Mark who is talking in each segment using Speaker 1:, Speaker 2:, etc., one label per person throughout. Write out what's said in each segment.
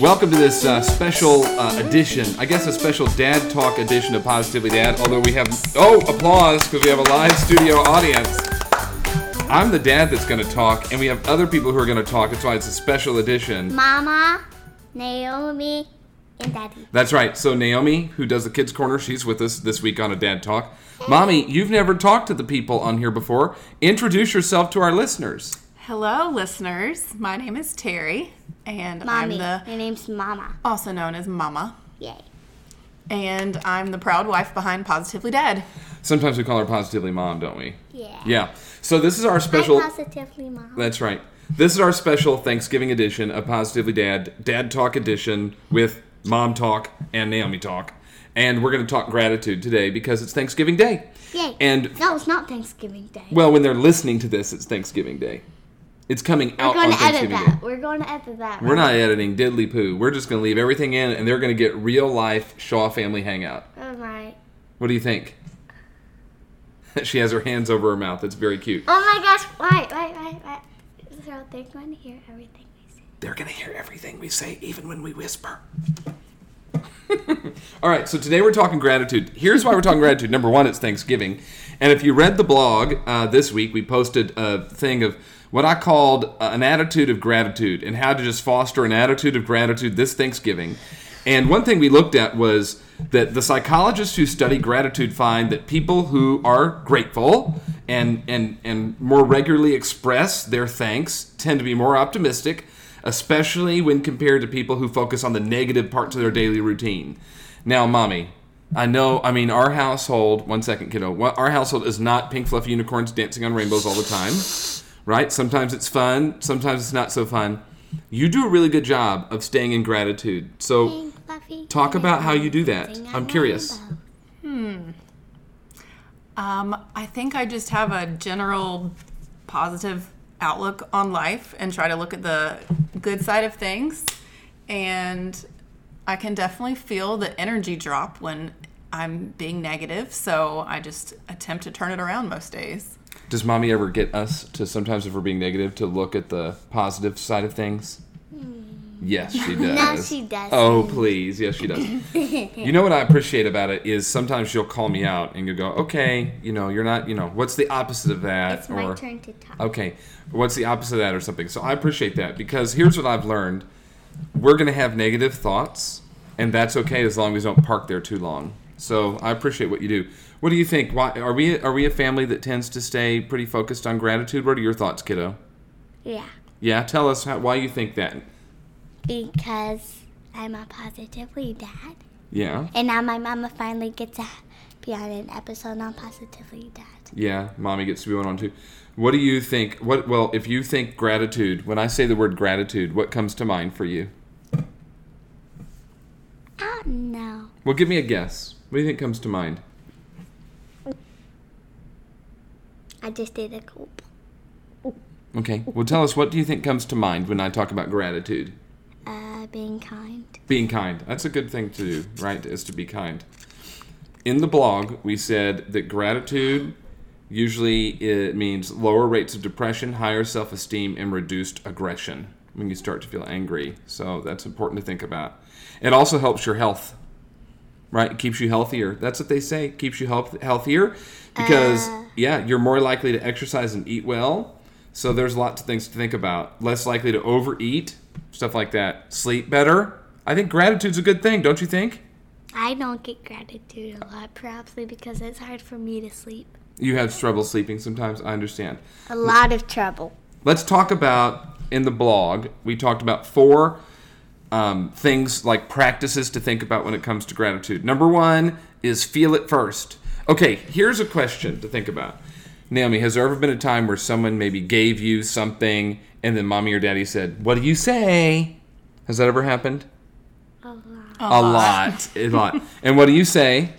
Speaker 1: Welcome to this uh, special uh, edition, I guess a special dad talk edition of Positively Dad, although we have, oh, applause, because we have a live studio audience. I'm the dad that's going to talk, and we have other people who are going to talk. That's why it's a special edition.
Speaker 2: Mama, Naomi, and Daddy.
Speaker 1: That's right. So, Naomi, who does the Kids Corner, she's with us this week on a dad talk. Mommy, you've never talked to the people on here before. Introduce yourself to our listeners.
Speaker 3: Hello, listeners. My name is Terry, and
Speaker 2: Mommy.
Speaker 3: I'm the
Speaker 2: My name's Mama.
Speaker 3: also known as Mama,
Speaker 2: Yay.
Speaker 3: and I'm the proud wife behind Positively Dead.
Speaker 1: Sometimes we call her Positively Mom, don't we?
Speaker 2: Yeah.
Speaker 1: Yeah. So, this is our special.
Speaker 2: Hi, positively, Mom.
Speaker 1: That's right. This is our special Thanksgiving edition of Positively Dad, Dad Talk Edition with Mom Talk and Naomi Talk. And we're going to talk gratitude today because it's Thanksgiving Day.
Speaker 2: Yay.
Speaker 1: And,
Speaker 2: no, it's not Thanksgiving Day.
Speaker 1: well, when they're listening to this, it's Thanksgiving Day. It's coming
Speaker 2: We're
Speaker 1: out
Speaker 2: going
Speaker 1: on
Speaker 2: to edit
Speaker 1: Thanksgiving
Speaker 2: that.
Speaker 1: Day.
Speaker 2: We're going to edit that.
Speaker 1: We're not editing diddly poo. We're just going to leave everything in and they're going to get real life Shaw family hangout.
Speaker 2: All right.
Speaker 1: What do you think? she has her hands over her mouth. That's very cute.
Speaker 2: Oh my gosh. Right, right, right, right. So they're going to hear everything I say.
Speaker 1: They're going to hear everything we say, even when we whisper. All right, so today we're talking gratitude. Here's why we're talking gratitude. Number one, it's Thanksgiving. And if you read the blog uh, this week, we posted a thing of what I called uh, an attitude of gratitude and how to just foster an attitude of gratitude this Thanksgiving. And one thing we looked at was that the psychologists who study gratitude find that people who are grateful and, and, and more regularly express their thanks tend to be more optimistic, especially when compared to people who focus on the negative parts of their daily routine. Now, mommy, I know. I mean, our household. One second, kiddo. What- Our household is not pink fluffy unicorns dancing on rainbows all the time, right? Sometimes it's fun. Sometimes it's not so fun. You do a really good job of staying in gratitude. So,
Speaker 2: Pink Fluffy.
Speaker 1: Oh, talk
Speaker 2: and
Speaker 1: about how you do that.
Speaker 2: dancing on
Speaker 1: I'm curious.
Speaker 2: rainbow.
Speaker 3: Um, I think I just have a general positive outlook on life and try to look at the good side of things. And I can definitely feel the energy drop when I'm being negative, so I just attempt to turn it around most days.
Speaker 1: Does mommy ever get us to sometimes, if we're being negative, to look at the positive side of things? Yes, she does.
Speaker 2: she doesn't.
Speaker 1: Oh, please. Yes, she does. you know what I appreciate about it is sometimes she'll call me out and you'll go, okay, you know, you're not, you know, what's the opposite of that?
Speaker 2: It's my turn to talk.
Speaker 1: Okay, what's the opposite of that or something? So I appreciate that because here's what I've learned we're going to have negative thoughts, and that's okay as long as we don't park there too long. So I appreciate what you do. What do you think? Why, are we are we a family that tends to stay pretty focused on gratitude? What are your thoughts, kiddo?
Speaker 2: Yeah.
Speaker 1: Yeah, tell us how, why you think that.
Speaker 2: Because I'm a positively dad.
Speaker 1: Yeah,
Speaker 2: And now my mama finally gets to be on an episode on Positively Dad.
Speaker 1: yeah. Mommy gets to be one on too. What do you think? What well, if you think gratitude, when I say the word gratitude, what comes to mind for you?
Speaker 2: I don't know.
Speaker 1: Well, give me a guess. What do you think comes to mind?
Speaker 2: I just did a gulp.
Speaker 1: Okay. Well, tell us what do you think comes to mind when I talk about gratitude?
Speaker 2: Uh, being kind.
Speaker 1: Being kind. That's a good thing to do, right? Is to be kind. In the blog, we said that gratitude usually it means lower rates of depression, higher self-esteem, and reduced aggression when you start to feel angry. So that's important to think about. It also helps your health, right? It keeps you healthier. That's what they say. It keeps you health- healthier because yeah, you're more likely to exercise and eat well. So there's lots of things to think about. Less likely to overeat, stuff like that. Sleep better. I think gratitude's a good thing, don't you think?
Speaker 2: I don't get gratitude a lot, probably because it's hard for me to sleep.
Speaker 1: You have trouble sleeping sometimes. I understand.
Speaker 2: A lot of trouble.
Speaker 1: Let's talk about in the blog. We talked about four um, things like practices to think about when it comes to gratitude. Number one is feel it first. Okay, here's a question to think about. Naomi, has there ever been a time where someone maybe gave you something and then mommy or daddy said, What do you say? Has that ever happened?
Speaker 2: A lot.
Speaker 1: A,
Speaker 3: Um,
Speaker 1: lot. A lot. And what do you say?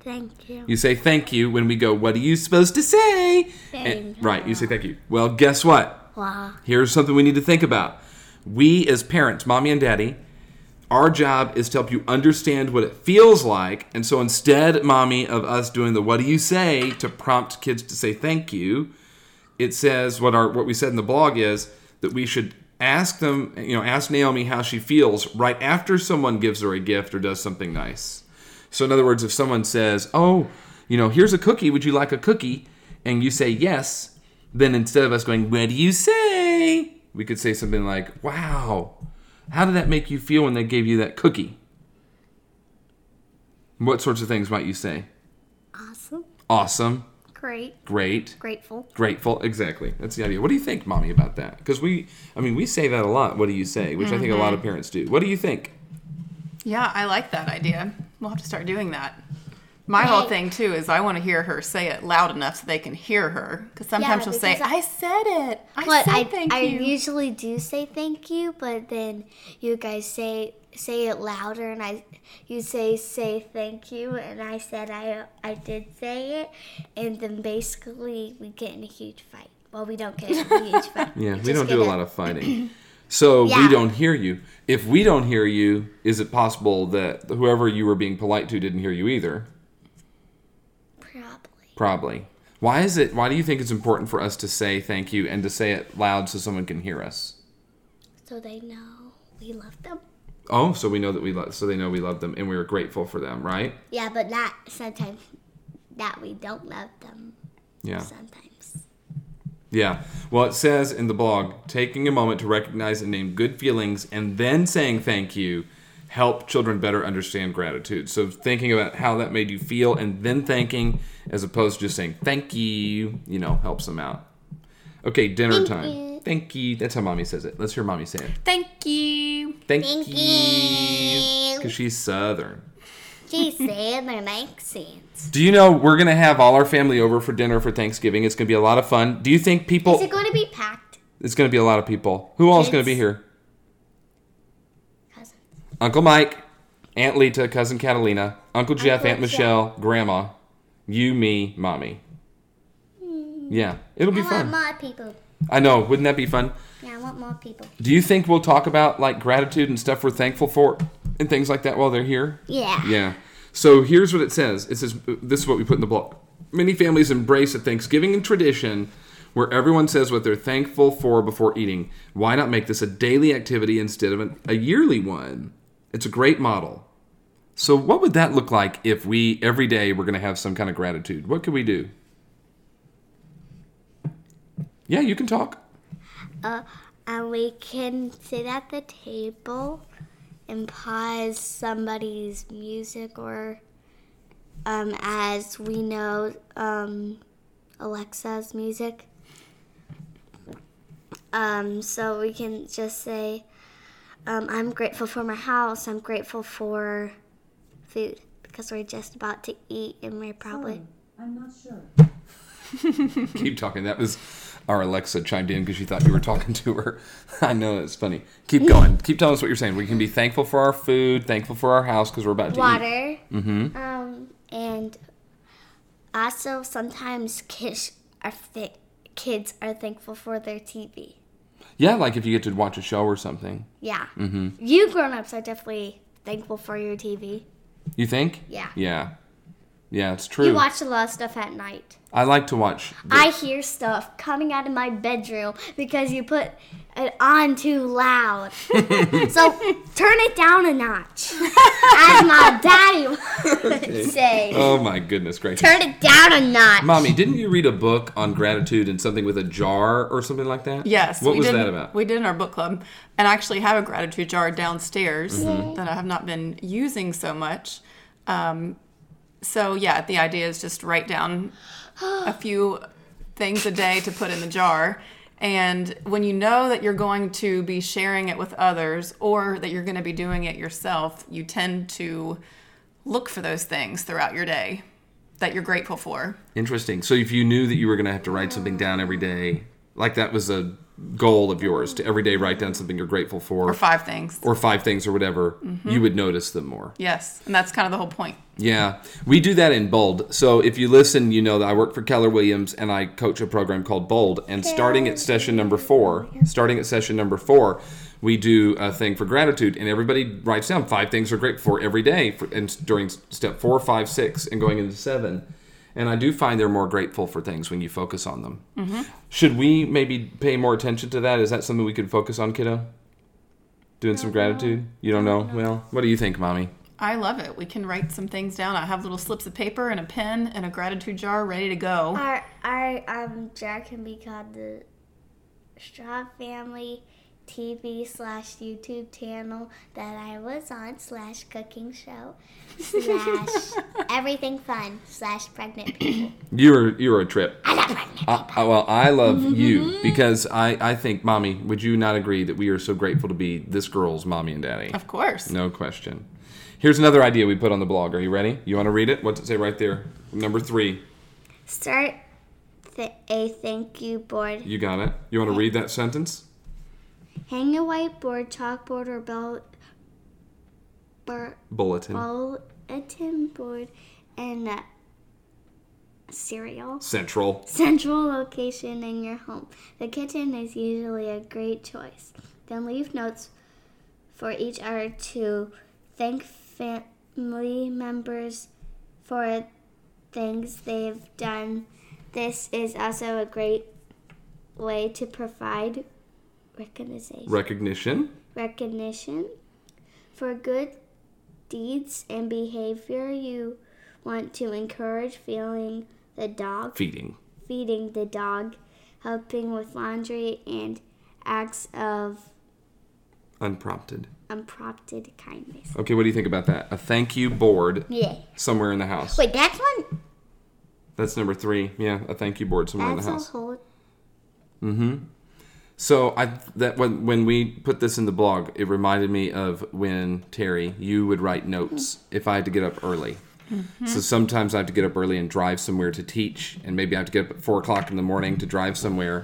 Speaker 2: Thank you.
Speaker 1: You say thank you when we go, What are you supposed to say? And-
Speaker 2: Thank
Speaker 1: right, you say thank you. Well, guess what?
Speaker 2: Wow.
Speaker 1: Here's something we need to think about. We, as parents, mommy and daddy, our job is to help you understand what it feels like. And so instead, mommy, of us doing the what do you say to prompt kids to say thank you, it says what our what we said in the blog is that we should ask them, you know, ask Naomi how she feels right after someone gives her a gift or does something nice. So, in other words, if someone says, "Oh, you know, here's a cookie. Would you like a cookie?" and you say yes, then instead of us going, "What do you say?" we could say something like, "Wow, how did that make you feel when they gave you that cookie?" What sorts of things might you say?
Speaker 2: Awesome.
Speaker 1: Awesome,
Speaker 2: Great.
Speaker 1: great,
Speaker 2: Grateful.
Speaker 1: grateful. Exactly. That's the idea. What do you think, mommy, about that? Because we, I mean, we say that a lot. What do you say? Which I think a lot of
Speaker 2: Mm-hmm.
Speaker 1: parents do. What do you think?
Speaker 3: Yeah, I like that idea. We'll have to start doing that. My whole
Speaker 2: Right.
Speaker 3: thing too is I want to hear her say it loud enough so they can hear her. Because sometimes she'll say,
Speaker 2: because
Speaker 3: "I said it. I
Speaker 2: But
Speaker 3: said
Speaker 2: I,
Speaker 3: thank
Speaker 2: I
Speaker 3: you."
Speaker 2: usually do say thank you, but then you guys say say it louder, and I you say say thank you, and I said I I did say it, and then basically we get in a huge fight. Well, we don't get in a huge fight.
Speaker 1: Yeah, we
Speaker 2: just
Speaker 1: don't
Speaker 2: get
Speaker 1: do a
Speaker 2: a-
Speaker 1: lot of fighting. So we
Speaker 2: Yeah.
Speaker 1: don't hear you. If we don't hear you, is it possible that whoever you were being polite to didn't hear you either?
Speaker 2: Probably.
Speaker 1: Probably. Why is it? Why do you think it's important for us to say thank you and to say it loud so someone can hear us?
Speaker 2: So they know we love them.
Speaker 1: Oh, so we know that we love. So they know we love them and we are grateful for them, right?
Speaker 2: Yeah, but not sometimes that we don't love them
Speaker 1: Yeah.
Speaker 2: sometimes.
Speaker 1: Yeah. Well, it says in the blog, taking a moment to recognize and name good feelings and then saying thank you help children better understand gratitude. So thinking about how that made you feel and then thanking as opposed to just saying thank you, you know, helps them out. Okay, dinner
Speaker 2: Thank
Speaker 1: time.
Speaker 2: you.
Speaker 1: Thank you. That's how mommy says it. Let's hear mommy say it.
Speaker 3: Thank you.
Speaker 1: Thank,
Speaker 2: Thank
Speaker 1: you.
Speaker 2: you.
Speaker 1: Because she's southern.
Speaker 2: She's saying their accents.
Speaker 1: Do you know we're gonna have all our family over for dinner for Thanksgiving? It's gonna be a lot of fun. Do you think people
Speaker 2: Is it going to be packed?
Speaker 1: it's gonna be a lot of people. Who all is gonna
Speaker 2: Kids?
Speaker 1: be here?
Speaker 2: Cousin.
Speaker 1: Uncle Mike, Aunt Lita, Cousin Catalina, Uncle Jeff,
Speaker 2: Uncle
Speaker 1: Aunt Michelle, Grandma, you, me, Mommy. Yeah, it'll be
Speaker 2: Hmm. I want
Speaker 1: fun.
Speaker 2: more people.
Speaker 1: I know, wouldn't that be fun?
Speaker 2: Yeah, I want more people.
Speaker 1: Do you think we'll talk about like gratitude and stuff we're thankful for and things like that while they're here?
Speaker 2: Yeah.
Speaker 1: Yeah. So here's what it says. It says this is what we put in the blog. Many families embrace a Thanksgiving tradition where everyone says what they're thankful for before eating. Why not make this a daily activity instead of an, a yearly one? It's a great model. So what would that look like if we every day we're going to have some kind of gratitude? What could we do? Yeah, you can talk.
Speaker 2: Uh, and we can sit at the table and pause somebody's music or, um, as we know, um, Alexa's music. Um, so we can just say, um, I'm grateful for my house. I'm grateful for food because we're just about to eat and we're probably.
Speaker 4: I'm not sure.
Speaker 1: Keep talking. That was our Alexa chimed in because she thought you were talking to her. I know it's funny. Keep going. Keep telling us what you're saying. We can be thankful for our food, thankful for our house because we're about to eat. Mm-hmm.
Speaker 2: water. Um, and also sometimes kids are th- kids are thankful for their TV.
Speaker 1: Yeah, like if you get to watch a show or something.
Speaker 2: Yeah.
Speaker 1: Mm-hmm.
Speaker 2: You grown ups are definitely thankful for your TV.
Speaker 1: You think?
Speaker 2: Yeah.
Speaker 1: Yeah. Yeah, it's
Speaker 2: You
Speaker 1: true.
Speaker 2: watch a lot of stuff at night.
Speaker 1: I like to watch. the-
Speaker 2: I hear stuff coming out of my bedroom because you put it on too loud. so turn it down a notch, as my daddy would say.
Speaker 1: oh my goodness gracious.
Speaker 2: Turn it down a notch.
Speaker 1: Mommy, didn't you read a book on gratitude and something with a jar or something like that?
Speaker 3: Yes.
Speaker 1: What
Speaker 3: we
Speaker 1: was
Speaker 3: did,
Speaker 1: that about?
Speaker 3: We did in our book club, and I actually have a gratitude jar downstairs
Speaker 1: Mm-hmm.
Speaker 3: that I have not been using so much. Um, so yeah, the idea is just write down a few things a day to put in the jar. And when you know that you're going to be sharing it with others or that you're going to be doing it yourself, you tend to look for those things throughout your day that you're grateful for.
Speaker 1: Interesting. So if you knew that you were going to have to write something down every day, like that was a goal of yours to every day write down something you're grateful for.
Speaker 3: Or five things.
Speaker 1: or five things or whatever, you would notice them more.
Speaker 3: Yes. And that's kind of the whole point.
Speaker 1: Yeah. We do that in Bold. So if you listen, you know that I work for Keller Williams and I coach a program called Bold. And starting at session number four, starting at session number four, we do a thing for gratitude and everybody writes down five things they're grateful for every day for, and during step four, five, six, and going into seven. And I do find they're more grateful for things when you focus on them. Should we maybe pay more attention to that? Is that something we could focus on, kiddo? Doing some gratitude? You don't know? Well, what do you think, mommy?
Speaker 3: I love it. We can write some things down. I have little slips of paper and a pen and a gratitude jar ready to go.
Speaker 2: Our our um jar can be called the Straw Family TV slash YouTube channel that I was on slash cooking show slash everything fun slash pregnant people.
Speaker 1: You were you were a trip. I love well, I love you because I I think, mommy, would you not agree that we are so grateful to be this girl's mommy and daddy?
Speaker 3: Of course.
Speaker 1: No question. Here's another idea we put on the blog. Are you ready? You want to read it? What's it say right there? Number three.
Speaker 2: Start th- a thank you board
Speaker 1: You got it. You want to read that sentence?
Speaker 2: Hang a whiteboard, chalkboard, or bell, bur-
Speaker 1: Bulletin.
Speaker 2: bulletin board and a cereal.
Speaker 1: Central.
Speaker 2: Central location in your home. The kitchen is usually a great choice. Then leave notes for each other to thank family members for things they've done. This is also a great way to provide recognition
Speaker 1: Recognition.
Speaker 2: recognition for good deeds and behavior you want to encourage feeling the dog
Speaker 1: Feeding.
Speaker 2: feeding the dog helping with laundry and acts of
Speaker 1: Unprompted.
Speaker 2: unprompted kindness
Speaker 1: Okay, what do you think about that? A thank you board
Speaker 2: yeah
Speaker 1: somewhere in the house.
Speaker 2: wait that's one
Speaker 1: That's number three. Yeah, a thank you board somewhere
Speaker 2: that's
Speaker 1: in the
Speaker 2: a
Speaker 1: house.
Speaker 2: whole
Speaker 1: So I that when when we put this in the blog, it reminded me of when Terry, you would write notes if I had to get up early. So sometimes I have to get up early and drive somewhere to teach, and maybe I have to get up at four o'clock in the morning to drive somewhere.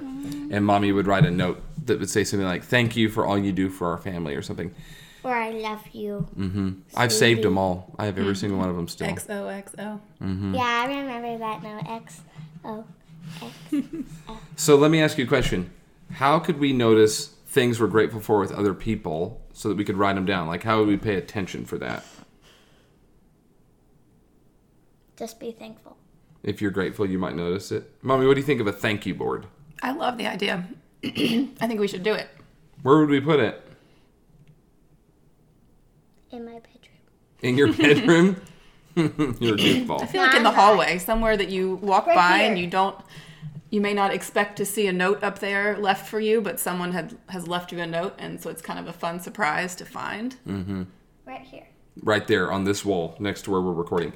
Speaker 1: And mommy would write a note that would say something like "Thank you for all you do for our family" or something.
Speaker 2: or i love you
Speaker 1: I've saved them all. I have every single one of them still.
Speaker 3: XOXO.
Speaker 1: Mm-hmm.
Speaker 2: yeah i remember that now x o
Speaker 1: So let me ask you a question. How could we notice things we're grateful for with other people so that we could write them down? Like, how would we pay attention for that?
Speaker 2: just be thankful
Speaker 1: If you're grateful, you might notice it. Mommy, what do you think of a thank you board?
Speaker 3: I love the idea. I think we should do it.
Speaker 1: Where would we put it?
Speaker 2: in my bedroom
Speaker 1: In your bedroom? you're a
Speaker 3: I
Speaker 1: goofball.
Speaker 3: feel like in the hallway, somewhere that you walk
Speaker 2: Right
Speaker 3: by and
Speaker 2: here.
Speaker 3: you don't, you may not expect to see a note up there left for you, but someone had has left you a note, and so it's kind of a fun surprise to find.
Speaker 1: Mm.
Speaker 2: right here
Speaker 1: Right there on this wall next to where we're recording.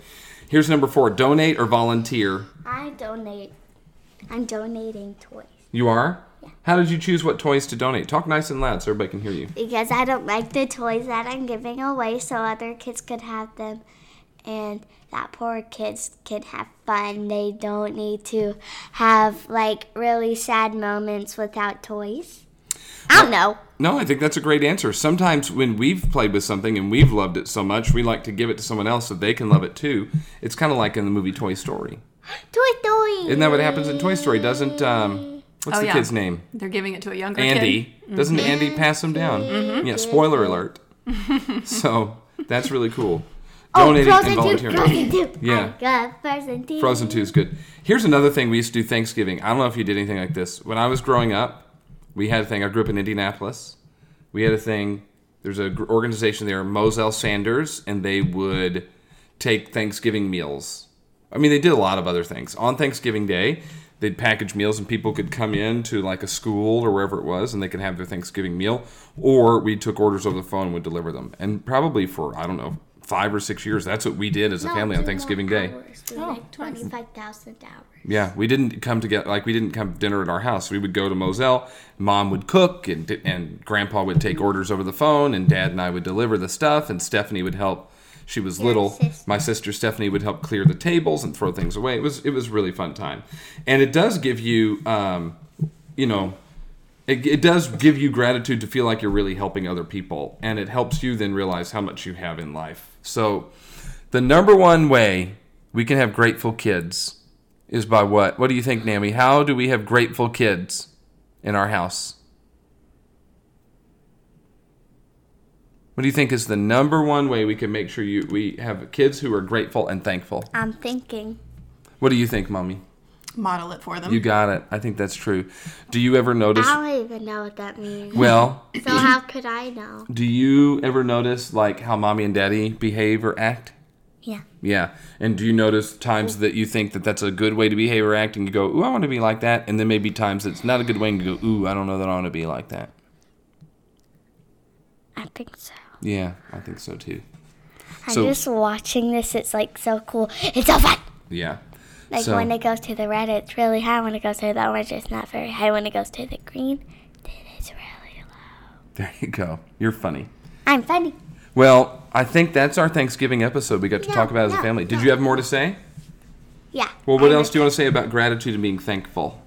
Speaker 1: Here's number four donate or volunteer.
Speaker 2: i donate i'm donating toys
Speaker 1: You are? How did you choose what toys to donate? Talk nice and loud so everybody can hear you.
Speaker 2: because I don't like the toys that I'm giving away, so other kids could have them, and that poor kids can have fun. They don't need to have like really sad moments without toys. I don't know.
Speaker 1: No, I think that's a great answer. Sometimes when we've played with something and we've loved it so much, we like to give it to someone else so they can love it too. It's kind of like in the movie Toy Story.
Speaker 2: Toy Story.
Speaker 1: Isn't that what happens in Toy Story? Doesn't um, what's
Speaker 3: Oh,
Speaker 1: the
Speaker 3: yeah.
Speaker 1: kid's name?
Speaker 3: They're giving it to a younger kid.
Speaker 1: Andy. Doesn't Andy pass them down? Yeah. Spoiler alert. so that's really cool. Donating and
Speaker 2: Oh, Frozen Two.
Speaker 1: volunteering.
Speaker 2: Frozen Two.
Speaker 1: Yeah.
Speaker 2: I got Frozen Two.
Speaker 1: Frozen 2 is good. Here's another thing we used to do Thanksgiving. I don't know if you did anything like this. When I was growing up, we had a thing. I grew up in Indianapolis. We had a thing. There's an organization there, Moselle Sanders, and they would take Thanksgiving meals. I mean, they did a lot of other things. On Thanksgiving Day, they'd package meals and people could come in to like a school or wherever it was and they could have their Thanksgiving meal. Or we took orders over the phone and would deliver them. And probably for, I don't know, five or six years, that's what we did as a
Speaker 2: No,
Speaker 1: family
Speaker 2: two
Speaker 1: on
Speaker 2: more
Speaker 1: Thanksgiving Day.
Speaker 2: hours. We
Speaker 3: Oh,
Speaker 2: like
Speaker 3: nice.
Speaker 2: twenty-five thousand hours.
Speaker 1: Yeah, we didn't come together. Like we didn't come to dinner at our house. We would go to Moselle. Mom would cook, and and Grandpa would take orders over the phone, and Dad and I would deliver the stuff, and Stephanie would help. She was little.
Speaker 2: sister.
Speaker 1: My sister Stephanie would help clear the tables and throw things away. It was it was really fun time, and it does give you, um, you know, it, it does give you gratitude to feel like you're really helping other people and it helps you then realize how much you have in life so the number one way we can have grateful kids is by what what do you think nami how do we have grateful kids in our house what do you think is the number one way we can make sure you we have kids who are grateful and thankful
Speaker 2: I'm thinking.
Speaker 1: What do you think, mommy?
Speaker 3: model it for them.
Speaker 1: You got it. I think that's true. Do you ever notice?
Speaker 2: I don't even know what that means.
Speaker 1: Well,
Speaker 2: So how could I know?
Speaker 1: do you ever notice like how mommy and daddy behave or act?
Speaker 2: Yeah.
Speaker 1: Yeah. And do you notice times that you think that that's a good way to behave or act and you go, ooh, I want to be like that? And then maybe times it's not a good way and you go, ooh, I don't know that I want to be like that.
Speaker 2: I think so.
Speaker 1: Yeah, I think so too.
Speaker 2: I'm
Speaker 1: So-
Speaker 2: just watching this. It's like so cool. It's so fun.
Speaker 1: Yeah.
Speaker 2: Like
Speaker 1: So-
Speaker 2: when it goes to the red, it's really high. When it goes to the orange, it's not very high. When it goes to the green, then it's really low.
Speaker 1: There you go. You're funny.
Speaker 2: I'm funny.
Speaker 1: Well, I think that's our Thanksgiving episode we got to talk about as a
Speaker 2: no,
Speaker 1: family. Did you have more to say?
Speaker 2: Yeah.
Speaker 1: Well, what
Speaker 2: I'm
Speaker 1: else do you want to say about gratitude and being thankful?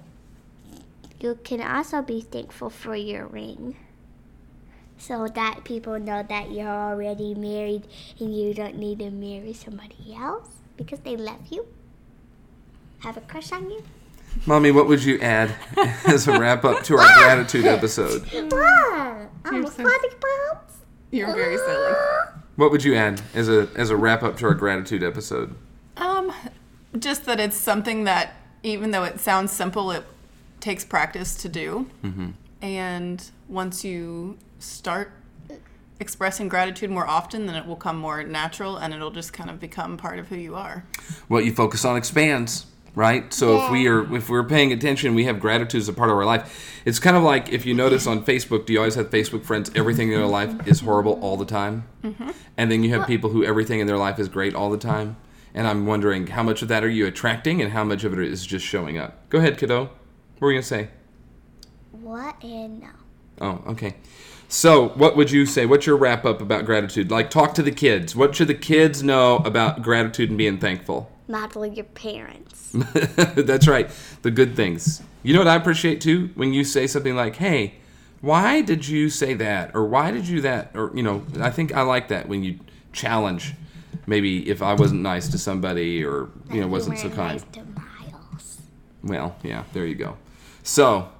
Speaker 2: You can also be thankful for your ring. So that people know that you're already married and you don't need to marry somebody else because they love you, have a crush on you.
Speaker 1: Mommy, what would you add as a wrap up to our gratitude episode?
Speaker 2: Ah, I'm a
Speaker 3: so-
Speaker 2: funny bones.
Speaker 3: You're very silly.
Speaker 1: What would you add as a as a wrap up to our gratitude episode?
Speaker 3: Um, just that it's something that, even though it sounds simple, it takes practice to do. And once you start expressing gratitude more often, then it will come more natural and it'll just kind of become part of who you are.
Speaker 1: what you focus on expands right so if we are if we're paying attention we have gratitude as a part of our life it's kind of like if you notice on facebook do you always have facebook friends everything in their life is horrible all the time and then you have people who everything in their life is great all the time and i'm wondering how much of that are you attracting and how much of it is just showing up go ahead kiddo what were you going to say
Speaker 2: What in no?
Speaker 1: oh okay so what would you say what's your wrap up about gratitude like talk to the kids what should the kids know about gratitude and being thankful
Speaker 2: Model your parents.
Speaker 1: That's right. The good things. You know what I appreciate too? When you say something like, hey, why did you say that? Or why did you that? Or, you know, I think I like that when you challenge maybe if I wasn't nice to somebody or, you know, wasn't so
Speaker 2: Weren't
Speaker 1: kind.
Speaker 2: nice to Miles.
Speaker 1: Well, yeah, there you go. So,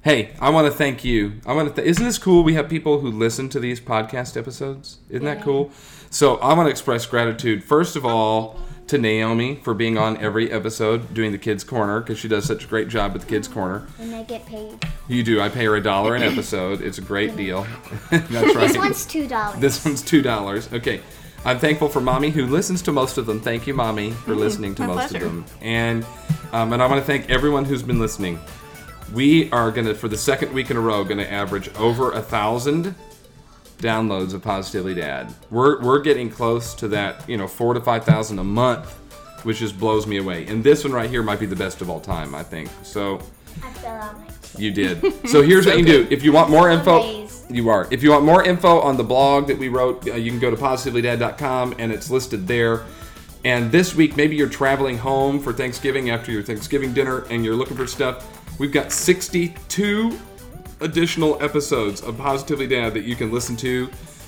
Speaker 1: hey, I want to thank you. I want to. Th- isn't this cool? We have people who listen to these podcast episodes. Isn't that cool? So, I want to express gratitude first of all to Naomi for being on every episode doing the Kids Corner because she does such a great job with the Kids Corner.
Speaker 2: And I get paid.
Speaker 1: You do. I pay her a dollar an episode. It's a great deal. That's right.
Speaker 2: This one's two dollars.
Speaker 1: This one's two dollars. Okay. I'm thankful for mommy who listens to most of them. Thank you, mommy, for listening to
Speaker 3: Mm-hmm. my
Speaker 1: most
Speaker 3: pleasure.
Speaker 1: of them. And um, and I want to thank everyone who's been listening. We are gonna, for the second week in a row, gonna average over a thousand downloads of Positively Dad. We're we're getting close to that, you know, four to five thousand a month, which just blows me away. And this one right here might be the best of all time, I think. So
Speaker 2: I fell out my
Speaker 1: you did. So here's what you can do. If you want more info,
Speaker 2: Amazed.
Speaker 1: you are. If you want more info on the blog that we wrote, uh, you can go to positivelydad.com and it's listed there. And this week, maybe you're traveling home for Thanksgiving after your Thanksgiving dinner and you're looking for stuff. We've got 62 additional episodes of Positively Dad that you can listen to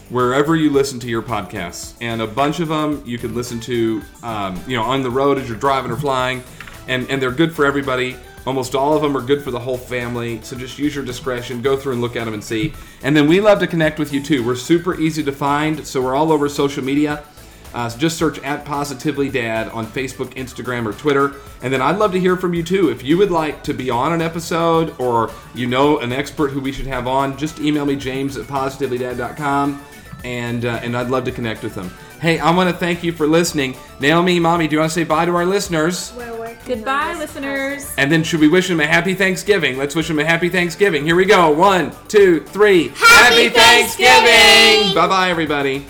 Speaker 1: wherever you listen to your podcasts. And a bunch of them you can listen to, um, you know, on the road as you're driving or flying. And, and they're good for everybody. Almost all of them are good for the whole family. So just use your discretion. Go through and look at them and see. And then we love to connect with you too. We're super easy to find. So we're all over social media. Uh, so just search at Positively Dad on Facebook, Instagram, or Twitter. And then I'd love to hear from you too. If you would like to be on an episode or you know an expert who we should have on, just email me, james at positivelydad.com, and, uh, and I'd love to connect with them. Hey, I want to thank you for listening. Naomi, Mommy, do you want to say bye to our listeners?
Speaker 4: Goodbye, listeners.
Speaker 1: And then should we wish them a happy Thanksgiving? Let's wish them a happy Thanksgiving. Here we go. One, two, three. Happy, Thanksgiving! Bye bye, everybody.